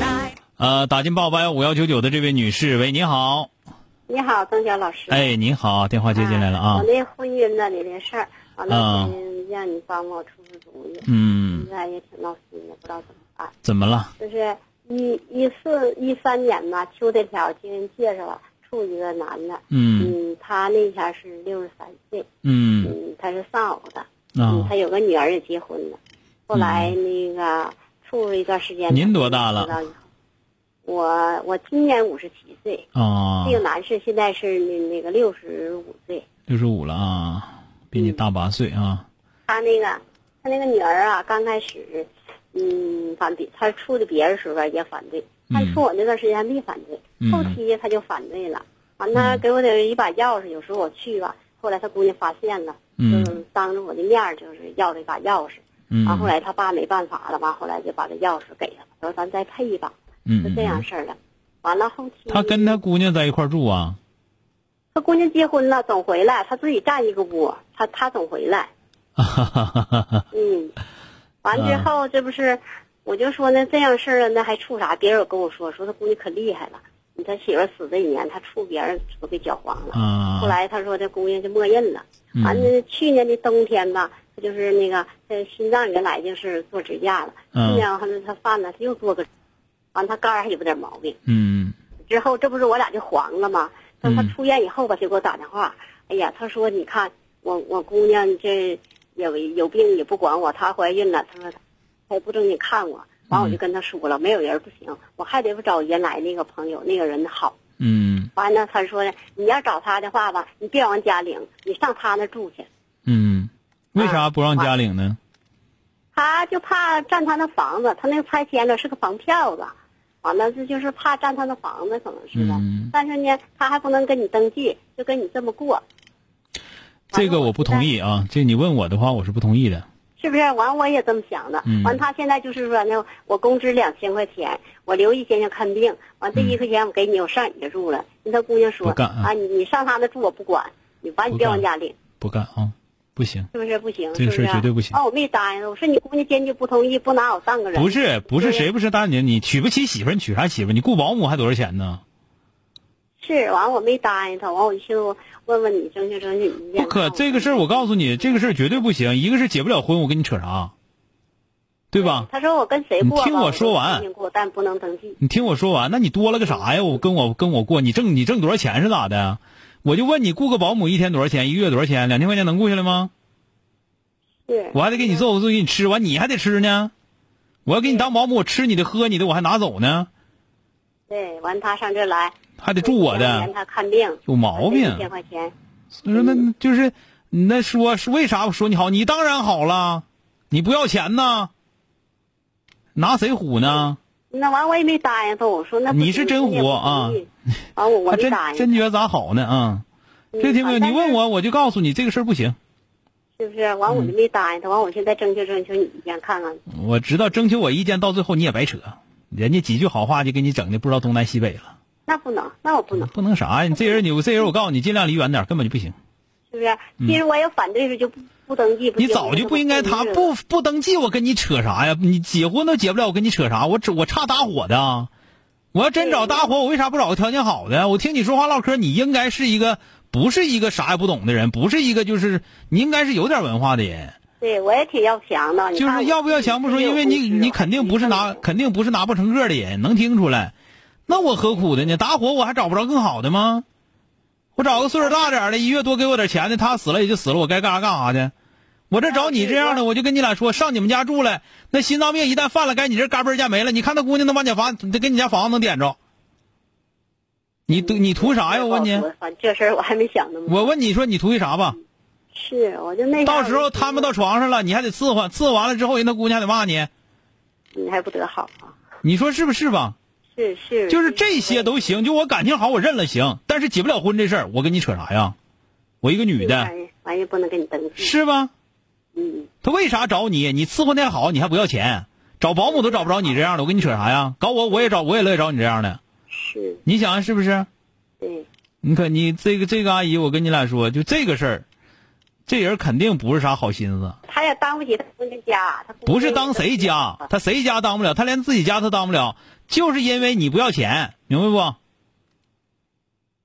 night. 呃，打进八八幺五幺九九的这位女士，喂，你好，你好，曾晓老师。哎，你好，电话接进来了啊我，那婚姻那里的事儿，完啊了嗯让你帮我出出主意。嗯现，在也挺闹心的，不知道怎么办。怎么了？就是一一四一三年吧，秋天条经人介绍啊，处一个男的。嗯嗯，他那前是六十三岁，嗯嗯，他是丧偶的，嗯，啊嗯他，有个女儿也结婚了，后来那个处了一段时间。您多大了知道以后？我我今年五十七岁，啊这，个男士现在是那那个六十五岁。六十五了啊，比你大八岁啊，他那个他那个女儿啊，刚开始，嗯，反对，他处的别人时候也反对，他嗯处我那段时间没反对，嗯后期他就反对了，完他给我的一把钥匙，有时候我去吧，后来他姑娘发现了，嗯就是当着我的面儿就是要这把钥匙，嗯，完后来他爸没办法了，完后来就把这钥匙给他，说咱再配一把，嗯就嗯这样事儿了。完了后期他跟他姑娘在一块儿住啊？他姑娘结婚了，总回来，他自己占一个屋，他他总回来。 嗯，完之啊后这不是，我就说呢，这样事儿啊，那还处啥？别人有跟我说，说他姑娘可厉害了，你他媳妇儿死这一年，他处别人都给搅黄了。啊，后来他说这姑娘就默认了。嗯完了，去年的冬天吧，他就是那个呃心脏原来就是做支架了，嗯去年完了他犯了，他又做个，完他肝儿还有点毛病。嗯之后这不是我俩就黄了吗？等他嗯出院以后吧，就给我打电话，哎呀，他说你看我我姑娘这有有病也不管我，她怀孕了，他说她也不正经看我。完我就跟他说了，没有人不行，我还得不找原来那个朋友那个人好。嗯完了，他说你要找他的话吧，你别往家领，你上他那住去。嗯，为啥不让家领呢？他就怕占他那房子，他那个拆迁了是个房票子，完了这就是怕占他那房子，可能是吧。嗯但是呢，他还不能跟你登记，就跟你这么过，这个我不同意啊，这你问我的话，我是不同意的。是不是？完我也这么想的。嗯完他现在就是说呢，我工资两千块钱，我留一千去看病，完这一块钱我给你，我上你这住了。人他姑娘说不干啊啊，你你上他那住我不管，你完不你别干往家领。不干啊，不行，是不是不行？这个事儿是是绝对不行哦，我没答应，我说你姑娘坚决不同意，不拿我当个人。不是不是，对谁不是大你？你娶不起媳妇儿，你娶啥媳妇儿？你雇保姆还多少钱呢？是，完我没答应他，完我就寻思问问你，征求征求你意见。不可，这个事儿我告诉你，这个事儿绝对不行。一个是结不了婚，我跟你扯啥，对吧？他说我跟谁过吧？你听我说完我跟谁过，但不能登记。你听我说完，那你多了个啥呀？我跟我跟我过，你挣你挣多少钱是咋的？我就问你，雇个保姆一天多少钱？一个月多少钱？两千块钱能雇下来吗？是，我还得给你做，我做给你吃完，你还得吃呢。我要给你当保姆，我吃你的喝你的，我还拿走呢，对，完他上这来还得住我让的，他看病，有毛病一。千块钱。那说那就是那说是为啥我说你好？你当然好了，你不要钱呐，拿谁唬呢？那完我也没答应他，我说那不行你是真虎啊！你也不同意完我我还没真答应，真觉得咋好呢啊？这听没有？嗯你问我，我就告诉你这个事儿不行。是不是？完我就没答应他，完我现在征求征求你意见看看。我知道征求我意见，到最后你也白扯，人家几句好话就给你整的不知道东南西北了，那不能，那我不能，不能啥呀？你这人你这人我告诉你，尽量离远点，根本就不行。是不是？其实我也反对是就不不登记，不你结婚早就不应该他就不不登记，我跟你扯啥呀？你结婚都结不了，我跟你扯啥？我只我差搭伙的啊，我要真找搭伙，我为啥不找个条件好的？我听你说话唠嗑，你应该是一个不是一个啥也不懂的人，不是一个就是你应该是有点文化的人。对，我也挺要强的。你就看是我要不要强不说，因为你自己有啊你肯定不是嗯拿肯定不是拿不成个的人，能听出来。那我何苦的呢？打火我还找不着更好的吗？我找个岁数大点儿的，一月多给我点钱的，他死了也就死了，我该干啥干啥去。我这找你这样的，我就跟你俩说，上你们家住来，那心脏病一旦犯了，该你这嘎嘣儿一下没了。你看那姑娘能把你房，得跟你家房子能点着。你图你图啥呀？我问你，我反这事儿我还没想那么多。我问你说你图啥吧？是，我就那到时候他们都到床上了，你还得伺候，伺候完了之后，人那姑娘还得骂你，你还不得好啊？你说是不是吧？是是，就是这些都行，就我感情好我认了行，但是结不了婚这事儿，我跟你扯啥呀？我一个女的，玩意玩意不能给你登记，是吧？嗯，他为啥找你？你伺候那好，你还不要钱，找保姆都找不着你这样的，我跟你扯啥呀？搞我我也找，我也乐意找你这样的，是你想啊想是不是？对，你可你这个这个阿姨，我跟你俩说，就这个事儿，这人肯定不是啥好心思，他也当不起他姑娘家，啊他姑娘不是当谁家，他谁家当不了，他连自己家他当不了，就是因为你不要钱，明白不？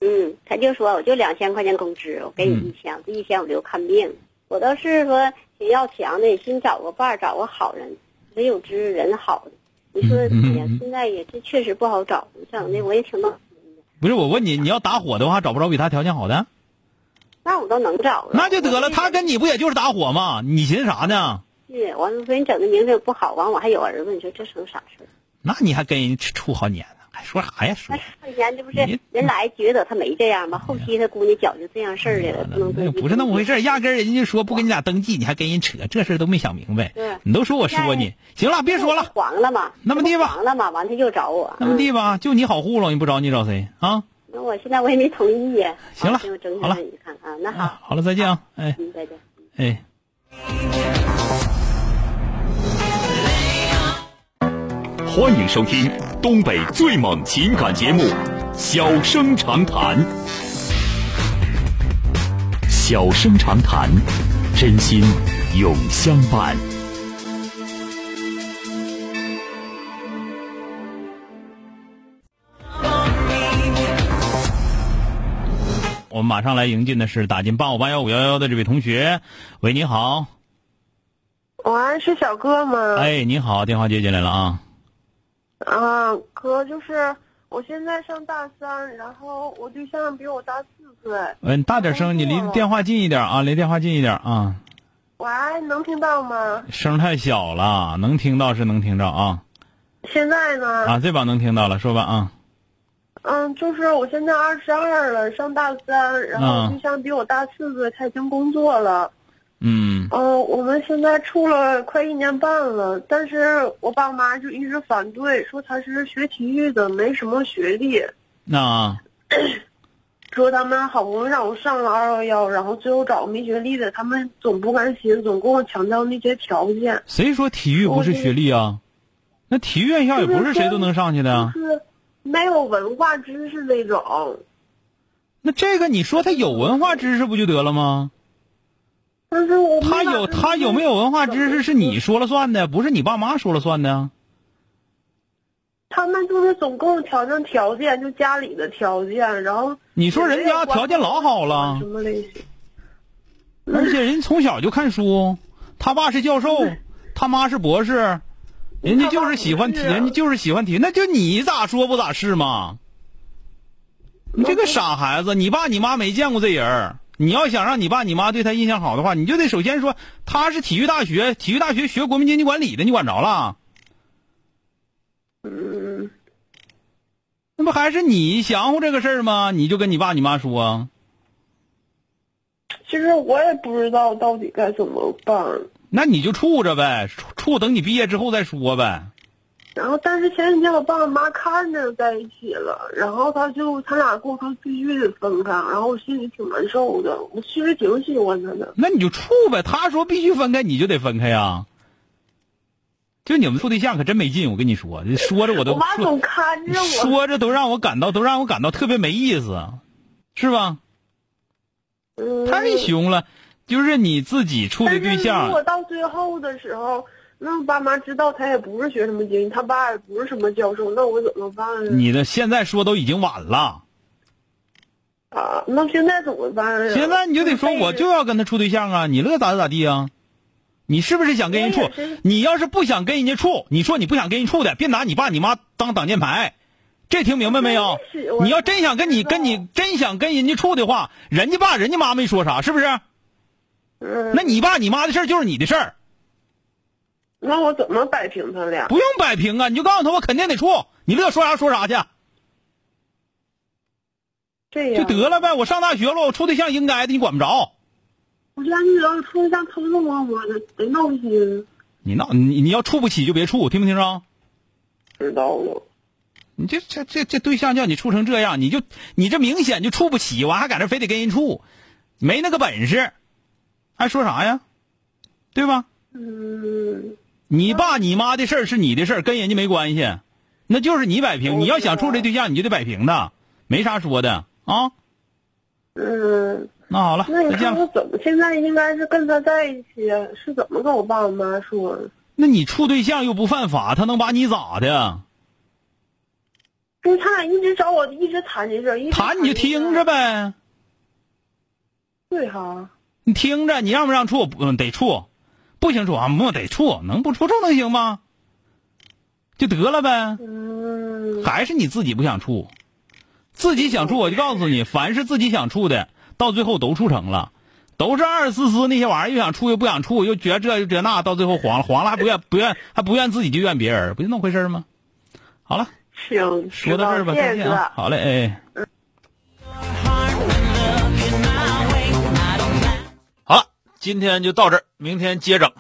嗯，他就说我就两千块钱工资，我给嗯你一千，这一千我留看病。我倒是说挺要强的，新找个伴儿，找个好人，唯有知人好的。你说，哎嗯呀嗯嗯，现在也是确实不好找，整的我也挺闹。不是我问你，你要打火的话，找不着比他条件好的，那我都能找着，那就得了。我这他跟你不也就是打火吗？你寻思啥呢？是，完了说你整的名声不好，完我还有儿子，你说这成啥事儿？那你还跟人处处好年呢？还说啥呀？说那十块钱这不是你哎人来觉得他没这样吗？后期他姑娘觉着这样事儿来了，不能那登记哎不是那么回事儿，压根儿人家就说不跟你俩登记，你还跟人扯，这事儿都没想明白对。你都说我说你，行了，别说了。黄了嘛，那么地吧黄了嘛，完他又找我，那么嗯地吧，就你好糊弄，你不找你找谁啊？那我现在我也没同意呀。行了啊我整好了整你看啊，那啊好，，好了，再见啊！哎嗯，再见。哎。欢迎收听东北最猛情感节目《小生长谈》。小生长谈，真心永相伴。我们马上来迎进的是打进八五八幺五幺幺的这位同学，喂，你好，喂，是小哥吗？哎，你好，电话接进来了啊，啊，哥，就是我现在上大三，然后我对象比我大四岁。嗯，大点声，你离电话近一点啊，离电话近一点啊，喂，能听到吗？声太小了，能听到是能听到啊，现在呢？啊，这把能听到了，说吧啊，嗯，就是我现在二十二了，上大三，然后啊我对象比我大四岁，他已经工作了。嗯，嗯，我们现在处了快一年半了，但是我爸妈就一直反对，说他是学体育的，没什么学历。那说他们好不容易让我上了二幺幺，然后最后找个没学历的，他们总不甘心，总跟我强调那些条件，谁说体育不是学历啊？那体育院校也不是谁都能上去的就啊，是没有文化知识那种。那这个你说他有文化知识不就得了吗？但是我他有他有没有文化知识是你说了算的，不是你爸妈说了算的啊。他们就是总跟我强调条件，就家里的条件，然后你说人家条件老好了什，么类型？而且人从小就看书，哦他爸是教授，他妈是博士，人家就是喜欢体，他爸不是人家就是喜欢体，那就你咋说不咋是嘛？你这个傻孩子，你爸你妈没见过这人儿你要想让你爸你妈对他印象好的话，你就得首先说他是体育大学，体育大学学国民经济管理的，你管着了？嗯，那不还是你想乎这个事儿吗？你就跟你爸你妈说啊。其实我也不知道到底该怎么办。那你就处着呗，处处等你毕业之后再说呗。然后，但是前几天我爸我妈看着在一起了，然后他就他俩跟我说必须得分开，然后我心里挺难受的。我其实挺喜欢他的，那你就处呗，他说必须分开，你就得分开呀。就你们处对象可真没劲，我跟你说，这说着我我都妈说总看着我。说着都让我感到都让我感到特别没意思，是吧？嗯太凶了，就是你自己处的对但是如果象，到最后的时候，那我爸妈知道他也不是学什么经济，他爸也不是什么教授，那我怎么办呀？你的现在说都已经晚了，啊，那现在怎么办呀？啊现在你就得说我就要跟他处对象啊，你乐咋地咋地啊？你是不是想跟人处我也是？你要是不想跟人家处，你说你不想跟人处的，别拿你爸你妈当挡箭牌，这听明白没有真是？我你要真想跟你不知道跟你真想跟人家处的话，人家爸人家妈没说啥，是不是？嗯，那你爸你妈的事儿就是你的事儿，那我怎么摆平他俩？不用摆平啊！你就告诉他我肯定得处，你乐说啥说啥去这就样得了呗。我上大学了，我处对象应该的，你管不着。我现在就老出像偷偷摸摸的，贼闹心。你闹你你要处不起就别处，听没听着？知道了。你这这这这对象叫你处成这样，你就你这明显就处不起，完还搁这非得跟人处，没那个本事，还说啥呀？对吧？嗯，你爸你妈的事儿是你的事儿，跟人家没关系，那就是你摆平。你要想处这对象，你就得摆平的，没啥说的啊。嗯，那好了，那你再说见我了。怎么现在应该是跟他在一起，啊是怎么跟我爸我妈说的？那你处对象又不犯法，他能把你咋的？就是他俩一直找我，一直谈这事儿，一直谈你就听着呗。呗，对哈，你听着，你让不让处？嗯，得处，不行处啊，莫得处，能不处处能行吗？就得了呗，嗯，还是你自己不想处，自己想处，我就告诉你，凡是自己想处的，到最后都处成了，都是二思思那些玩意儿，又想处又不想处，又觉这又觉那，到最后黄了，黄了还不愿不愿还不愿自己就怨别人，不就那么回事吗？好了，是啊，说到这儿吧，再谢谢见啊，好嘞，哎。好了，今天就到这儿，明天接着。